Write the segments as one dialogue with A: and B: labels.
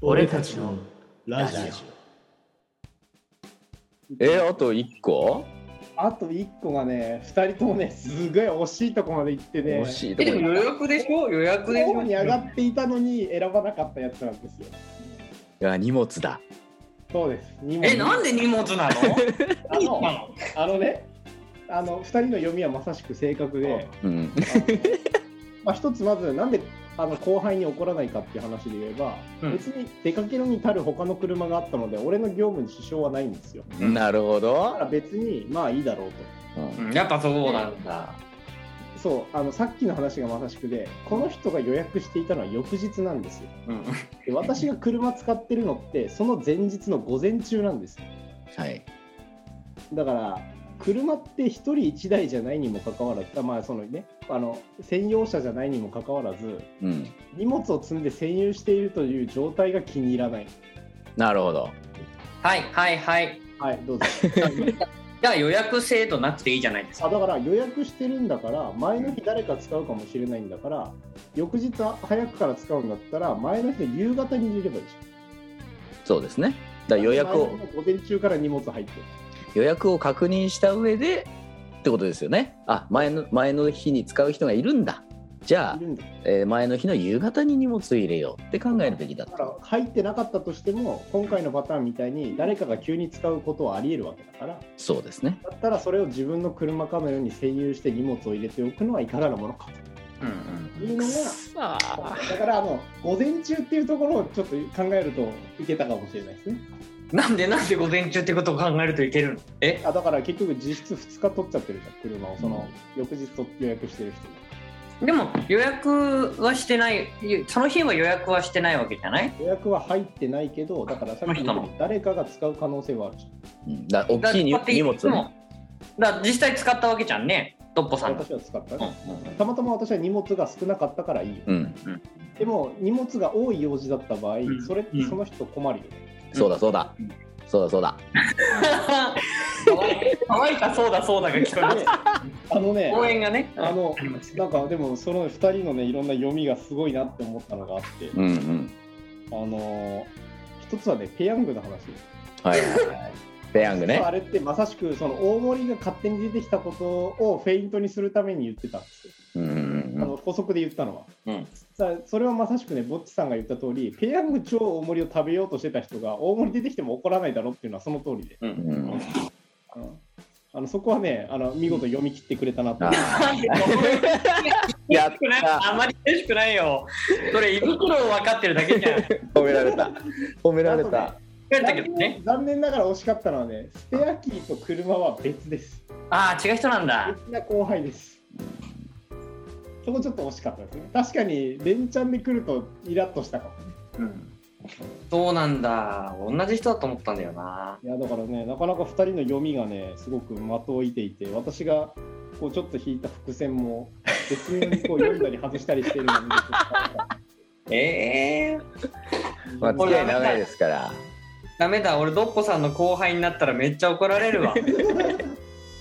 A: 俺たちのラジオ
B: えあと1個
C: あと一個がね、二人ともね、すごい惜しいとこまで行ってね、
B: 惜しいと
D: え
B: こ
D: でも予約でしょ予約でし
C: 候補
D: ょ
C: に上がっていたのに選ばなかったやつなんですよ。
B: が荷物だ
C: そうです。荷物
D: えなんで荷物なの
C: あのあのね、あの二人の読みはまさしく正確で、
B: うん
C: まあ、一つまず、なんであの後輩に怒らないかっていう話で言えば、
D: うん
C: 別に出かけるに足る他の車があったので、俺の業務に支障はないんですよ。
B: なるほ
C: だから
B: ど、
C: 別に、まあいいだろうと。
B: うん
D: うんやっぱそうなんだ
C: そうあのさっきの話がまさしくでこの人が予約していたのは翌日なんですよ
D: うん
C: で私が車使ってるのってその前日の午前中なんですよ
B: はい
C: だから車って1人1台じゃないにもかかわらずあまあそのねあの専用車じゃないにもかかわらず
B: うん
C: 荷物を積んで占有しているという状態が気に入らない
B: なるほど
D: はいはいはい
C: はいどうぞ
D: じゃあ予約制度なくていいじゃないですか
C: あだから予約してるんだから前の日誰か使うかもしれないんだから翌日早くから使うんだったら前の日の夕方に入れればいいでしょ
B: そうですねだから予約を
C: 午前中から荷物入ってる
B: 予約を確認した上でってことですよねあ前の前の日に使う人がいるんだじゃあ
C: い、るんだ
B: えー前の日の夕方に荷物を入れようって考えるべきだ
C: だ
B: と
C: から入ってなかったとしても今回のパターンみたいに誰かが急に使うことはありえるわけだから
B: そうですね
C: だったらそれを自分の車かのように占有して荷物を入れておくのはいかがなものか
D: うんうん
C: というのが
B: さあ
C: だからあの午前中っていうところをちょっと考えるといけたかもしれないですね
D: なんでなんで午前中ってことを考えるといけるのえ
C: あだから結局実質2日取っちゃってるじゃん車をその翌日と予約してる人が
D: でも予約はしてないその日は予約はしてないわけじゃない
C: 予約は入ってないけどだからさっき言ったように誰かが使う可能性はあるじゃん
B: うんだから大きいに
D: だって
B: 荷物
D: いつも
B: ね
D: だから実際使ったわけじゃんねトッポ さんが
C: 私は使ったね、
D: うんうん
C: たまたま私は荷物が少なかったからいいよ、
B: うん
C: でも荷物が多い用事だった場合、
D: ん
C: それって
D: うん
C: その人困るよね、
B: そうだそうだ
D: うん
B: そうだそうだ
D: かわいかそうだそうだが聞こえ
C: で
D: ま
C: あのね
D: す応援がね
C: あの
D: ります
C: なんかでもその2人のねいろんな読みがすごいなって思ったのがあって、
B: うんうん
C: あのー一つはねペヤングの話
B: はいはいはいペヤング
C: 実は
B: ね
C: あれってまさしくその大盛りが勝手に出てきたことをフェイントにするために言ってたんですよ、
B: うんうんう
C: あ
B: ん
C: の補足で言ったのは
D: うん
C: さあそれはまさしくねぼっちさんが言った通りペヤング超大盛りを食べようとしてた人が大盛り出てきても怒らないだろっていうのはその通りで
D: う
B: うんん
C: うんあのそこはねあの見事読み切ってくれたなと、
B: あー
D: なんでこの
B: やっ
D: あ
B: た
D: んまり嬉しくないよそれ胃袋を分かってるだけじゃん
B: 褒められた褒められ
C: あ
B: た
D: だけ
C: 残
D: どね
C: 念残念ながら惜しかったのはねスペアキーと車は別です
D: ああ違う人なんだ
C: 別な後輩ですそこちょっと惜しかったですね確かに連チャンで来るとイラッとしたかもね
D: そうなんだ同じ人だと思ったんだよない
C: やだからねなかなか2人の読みがねすごく的を射ていて私がこうちょっと引いた伏線も別にこう読んだり外したりしてるのに
D: ええー、
B: まあ付き合い長いですから
D: ダメだ俺ドッポさんの後輩になったらめっちゃ怒られるわ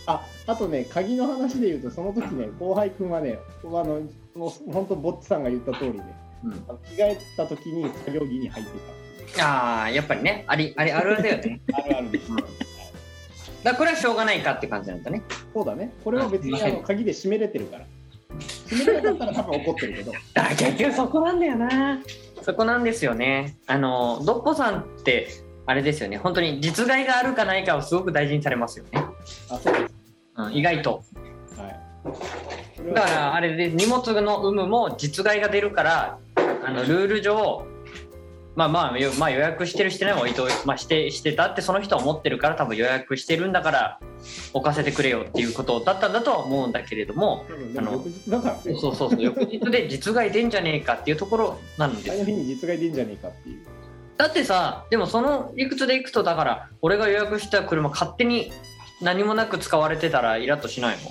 C: ああとね、鍵の話で言うと、その時ね、後輩君はね、あのもう本当、ぼっちさんが言った通りね、
D: うん
C: あの着替えた時に作業着に入って
D: ああやっぱりねありありあるあるだよ ね
C: た。あるあるです。
D: だからこれはしょうがないかって感じなんだね
C: そうだね、これは別に
D: は
C: あ
D: い
C: の鍵で閉めれてるから。閉めれなかったら多分怒ってるけど、
D: だから結局そこなんだよなそこなんですよねあのドッポさんってあれですよね本当に実害があるかないかをすごく大事にされますよね、
C: あ、そうで
D: うん、意外と
C: す。はい。
D: だからあれで荷物の有無も実害が出るからあのルール上まあまあ、よまあ、予約してるしてないもいと、まあ、してしてたってその人は思ってるから多分予約してるんだから置かせてくれよっていうことだったんだとは思うんだけれども
C: 多分で
D: あ
C: も
D: の
C: 翌日だから、ね、
D: そうそうそう翌日で実害出んじゃねえかっていうところなんです
C: 前の日に実害出んじゃねえかっていう。
D: だってさでもその理屈でいくとだから俺が予約した車勝手に何もなく使われてたらイラッとしないの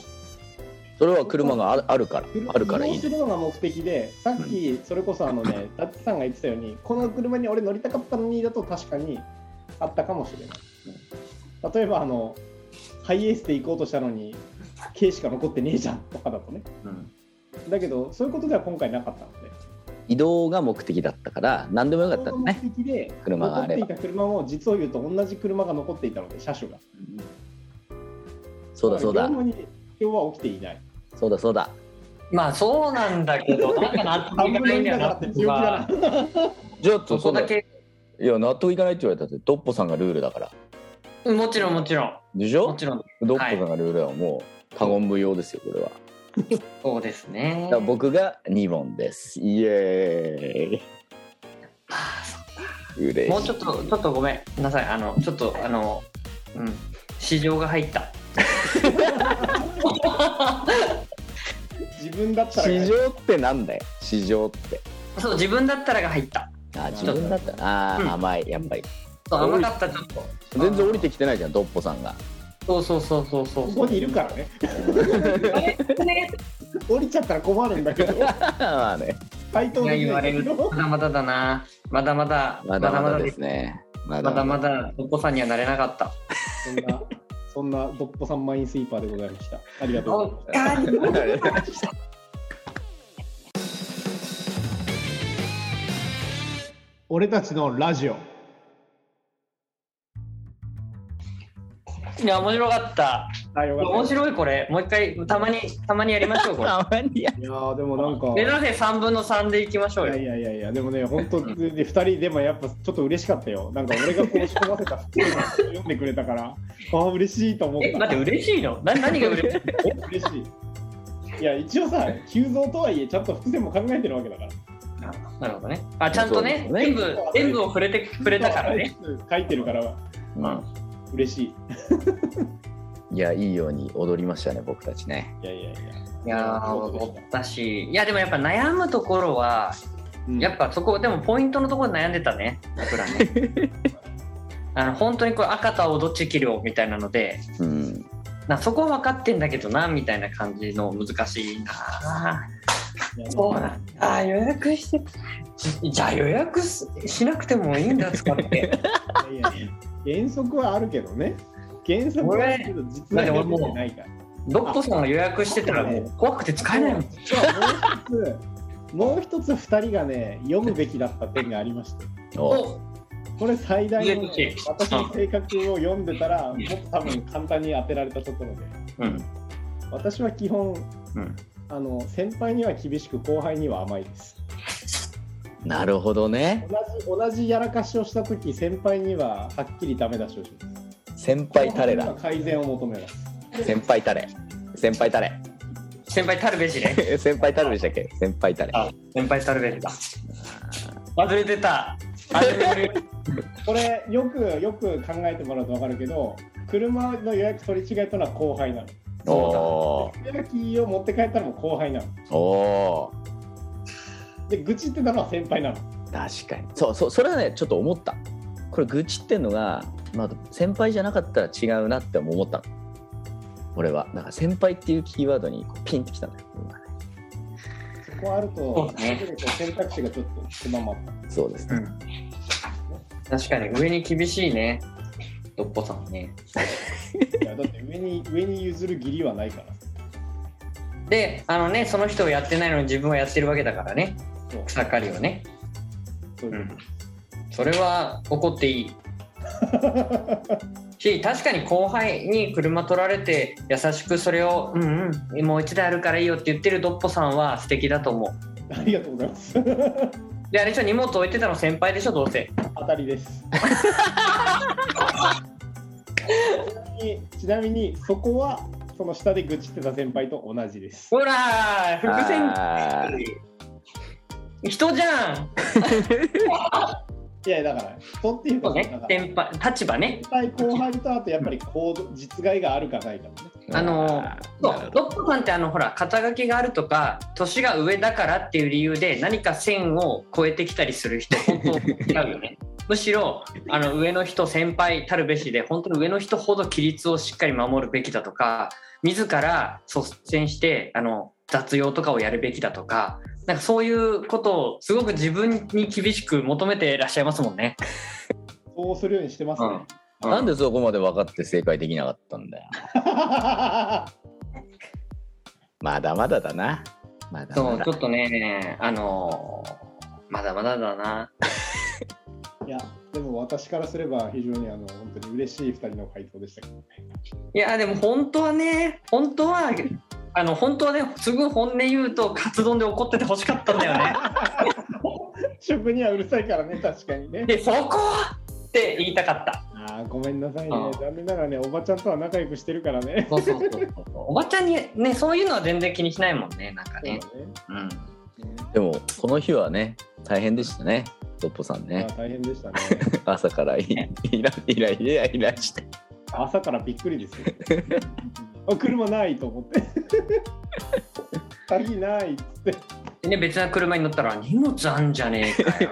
B: それは車がああるからあるからい
C: 移動
B: い
C: するのが目的で、さっきそれこそあのね、ダッチさんが言ってたように、この車に俺乗りたかったのにだと確かにあったかもしれない。例えばあの、ハイエースで行こうとしたのに、軽しか残ってねえじゃんとかだとね。だけど、そういうことでは今回なかったので、
B: 移動が目的だったから何でもよかったんだね
C: 目的で
B: 車があれば
C: 残っていた車も実を言うと同じ車が残っていたので車種が
B: そうだそうだ
C: 業務に今日は起きていない
B: そうだそうだ
D: まあそうなんだけど、なんか納得
C: 半
D: いか
C: 分
D: な
C: の
D: いん
C: 二
D: だよ
C: だから
D: な
C: って強気だな。
B: じゃあ
D: そこだけ、
B: いや納得いかないって言われたってドッポさんがルールだから
D: もちろんもちろん、
B: でしょ
D: もちろん、
B: ドッポさんがルールはもう他言無用ですよこれは
D: そうですね
B: だか。ら僕が2問ですイエーイ嬉しい
D: もうちょっと、ちょっとごめんなさい、あの、ちょっと、あの、うん、市場が入った。
C: 自分だったら
B: 市場ってなんだよ市場って
D: そう、自分だったらが入った。
B: あ自分だったなあー、
D: うん
B: 甘いやっぱり
D: そう、甘かった、ちょっと。
B: 全然降りてきてないじゃんドッポさんが
D: そうそうそうそうそう。
C: ここにいるからね
D: ね
C: 降りちゃったら困るんだけど
B: まあね
C: 回答
D: いや
C: でき
D: 言わ
C: ない
D: れ
C: んだけ
D: る
C: ど
D: まだまだだなまだまだ
B: まだまだですねま
D: まだまだお子さんにはなれなかった
C: そんなそんなドッポさんマインスイーパーでございましたありがとうございます
D: おかえり
C: 俺たちのラジオ
D: いや面白かった
C: あよかった
D: 面白いこれもう一回たまにたまにやりましょ うこれ
B: たまにや
C: いやーでもなんか
D: 目指せ3分の3でいきましょう
C: い
D: よ
C: やいやいやいやでもね本当に2人でもやっぱちょっと嬉しかったよなんか俺がこう仕込ませた服を読んでくれたからああ嬉しいと思っ
D: え
C: た
D: 待って嬉しいのな何が嬉しい
C: え嬉しいいや一応さ急増とはいえちゃんと伏線も考えてるわけだから
D: のなるほどねあちゃんとね
B: そうですね
D: 全部全部を触れて触れたからね
C: 書いてるから
D: うん
C: 嬉しい
B: いやいいように踊りましたね僕たちね
C: いやいやいや
D: いやー思ったしいやでもやっぱ悩むところは
C: うん
D: やっぱそこでもポイントのところで悩んでたね僕らね あの本当にこれ赤と青どっち切るよみたいなので
B: うん
D: なそこは分かってんだけどなみたいな感じの難しいない
C: や
D: そうなんだ予約してじじゃあ予約すしなくてもいいんだ使って
C: いやいや原則はあるけどね原則はあるけど実は出てないから
D: ドッポさんが予約してたらもう怖くて使えないもん
C: 実はもう一つもう一つ2人がね読むべきだった点がありまして
B: お
D: お
C: これ最大の、
D: 言えてほしい
C: 私の性格を読んでたらもっと多分簡単に当てられたところで
D: うん
C: 私は基本
D: うん
C: あの先輩には厳しく後輩には甘いです
B: なるほどね
C: 同じ同じやらかしをした時先輩にははっきりダメ出しをします
B: 先輩タレだ
C: 後輩には改善を求めます
B: 先輩タレ先輩タレ
D: 先輩たるべしね
B: 先輩タレでしたっけ先輩タレ
D: あ 先輩たるべしだ忘れてた忘れてる
C: これよくよく考えてもらうと分かるけど車の予約取り違えたのは後輩なの
B: おー
C: それがキーを持って帰ったのも後輩なの
B: おー
C: で愚痴ってたのは先輩なの
B: 確かにそうそうそれはねちょっと思ったこれ愚痴ってんのが、まあ、先輩じゃなかったら違うなって思ったの俺はなんか先輩っていうキーワードにこうピンってきたのよ
C: そこある
D: そ
C: と
D: うね
C: こう選択肢がちょっと狭まった
B: そうです
D: う
B: ね、
D: ん確かに上に厳しいねドッポさんはね
C: いやだって上に上に譲る義理はないから
D: であのねその人をやってないのに自分はやってるわけだからね
C: そう
D: 草刈りをね、
C: そういうこ
D: それは怒ってい い
C: と
D: し確かに後輩に車取られて優しくそれを「うんうんもう一台あるからいいよ」って言ってるドッポさんは素敵だと思う
C: ありがとうございます
D: であれでしょ荷物置いてたの先輩でしょどうせ
C: 当たりです。ちなみにちなみにそこはその下で愚痴ってた先輩と同じです。
D: ほらー伏線
B: あー
D: 人じゃん
C: いやだから人っていう
D: そう
C: か
D: ね
C: だから先
D: 先輩立場ね
C: 輩後輩とあとやっぱり行動実害があるかないかね。
D: あの
B: あー
D: そ
B: なるほ
D: う
B: ど
D: ドッポさんってあのほら肩書きがあるとか年が上だからっていう理由で何か線を越えてきたりする人本当違うよね むしろあの上の人先輩たるべしで本当に上の人ほど規律をしっかり守るべきだとか自ら率先してあの雑用とかをやるべきだとかなんかそういうことをすごく自分に厳しく求めていらっしゃいますもんね。
C: そうするようにしてますね。
B: なんでそこまで分かって正解できなかったんだよまだまだだなまだ
D: そ
B: ま
D: う
B: だ
D: ちょっとねあのーまだまだだな。
C: いや、でも私からすれば非常にあの本当に嬉しい2人の回答でしたけどね。
D: いや、でも本当はね、本当は、あの、本当はね、すぐ本音言うと、カツ丼で怒ってて欲しかったんだよ ね。
C: 食にはうるさいからね、確かにね。
D: で、そこはって言いたかった。
C: ああ、ごめんなさいね
D: ああ。
C: 残念ながらね、おばちゃんとは仲良くしてるからね。
D: そうそうそうそう。おばちゃんにね、そういうのは全然気にしないもんね、なんかね。
C: そうだね
D: うん。
C: うん
B: でもこの日はね大変でしたねドッポさんね
C: まあ、大変でしたね。
B: 朝から イライライライライラして
C: 朝からびっくりですよ。あ車ないと思って。 鍵ないっつって。
D: でね、別な車に乗ったら、荷物あんじゃねえ かよ。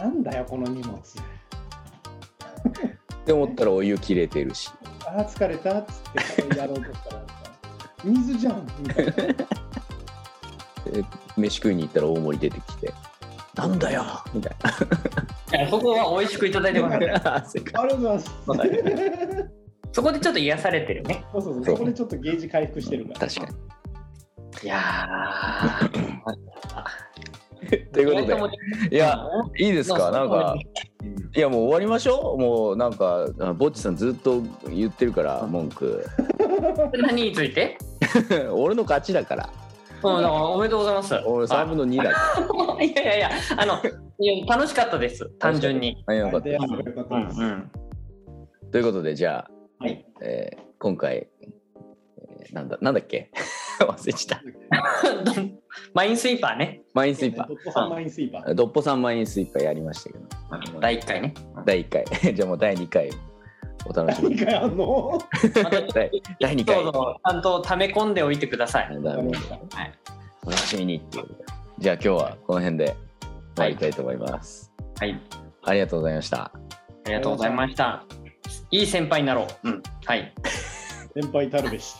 C: なんだよ、この荷物。
B: って思ったらお湯切れてるし
C: あー疲れたっつってやろうとしたらなんか、水じゃんみたいな。
B: 飯食いに行ったら大盛り出てきて「なんだよ!」みたい
D: いやそこは美味しくいただいてますね。
B: な汗か
C: ありがとうございます。
B: まあね
D: そこでちょっと癒されてるね。
C: そうそうそう、
B: そう
C: そこでちょっとゲージ回復してるから。
B: 確か
D: いや
B: に ということでいやいいで
D: です
B: かなんかいやもう終わりましょうもうなんかあぼっちさんずっと言ってるから文句
D: 何について
B: 俺の勝ちだから
D: うん、だからおめでとうございます。
B: 俺3分の2だか
D: あいやいやいや、あの、いや楽しかったです、単純に。
B: らよかった
C: 出会えばよかったです。
D: ん。
B: ということでじゃあ、
D: はい
B: えー今回、えーなんだなんだっけ 忘れちゃった
D: マインスイーパーね、
B: マインスイーパ
C: ドットさんマインスイーパー。
B: ードッポさんマインスイーパーやりましたけど
D: 第1回ね。
B: 第1回 じゃあもう第2回お楽しみに
C: 何回あんの
B: 第第2
D: ど
B: 回
D: うぞ、ちゃんと溜め込んでおいてください。
B: だもうお楽しみにっていうことでじゃあ今日はこの辺で終わりたいと思います、
D: はい、
B: ありがとうございました
D: ありがとうございました。いい先輩になろう。うん、はい。
C: 先輩たるべし。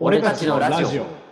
D: 俺たちのラジオ
C: オ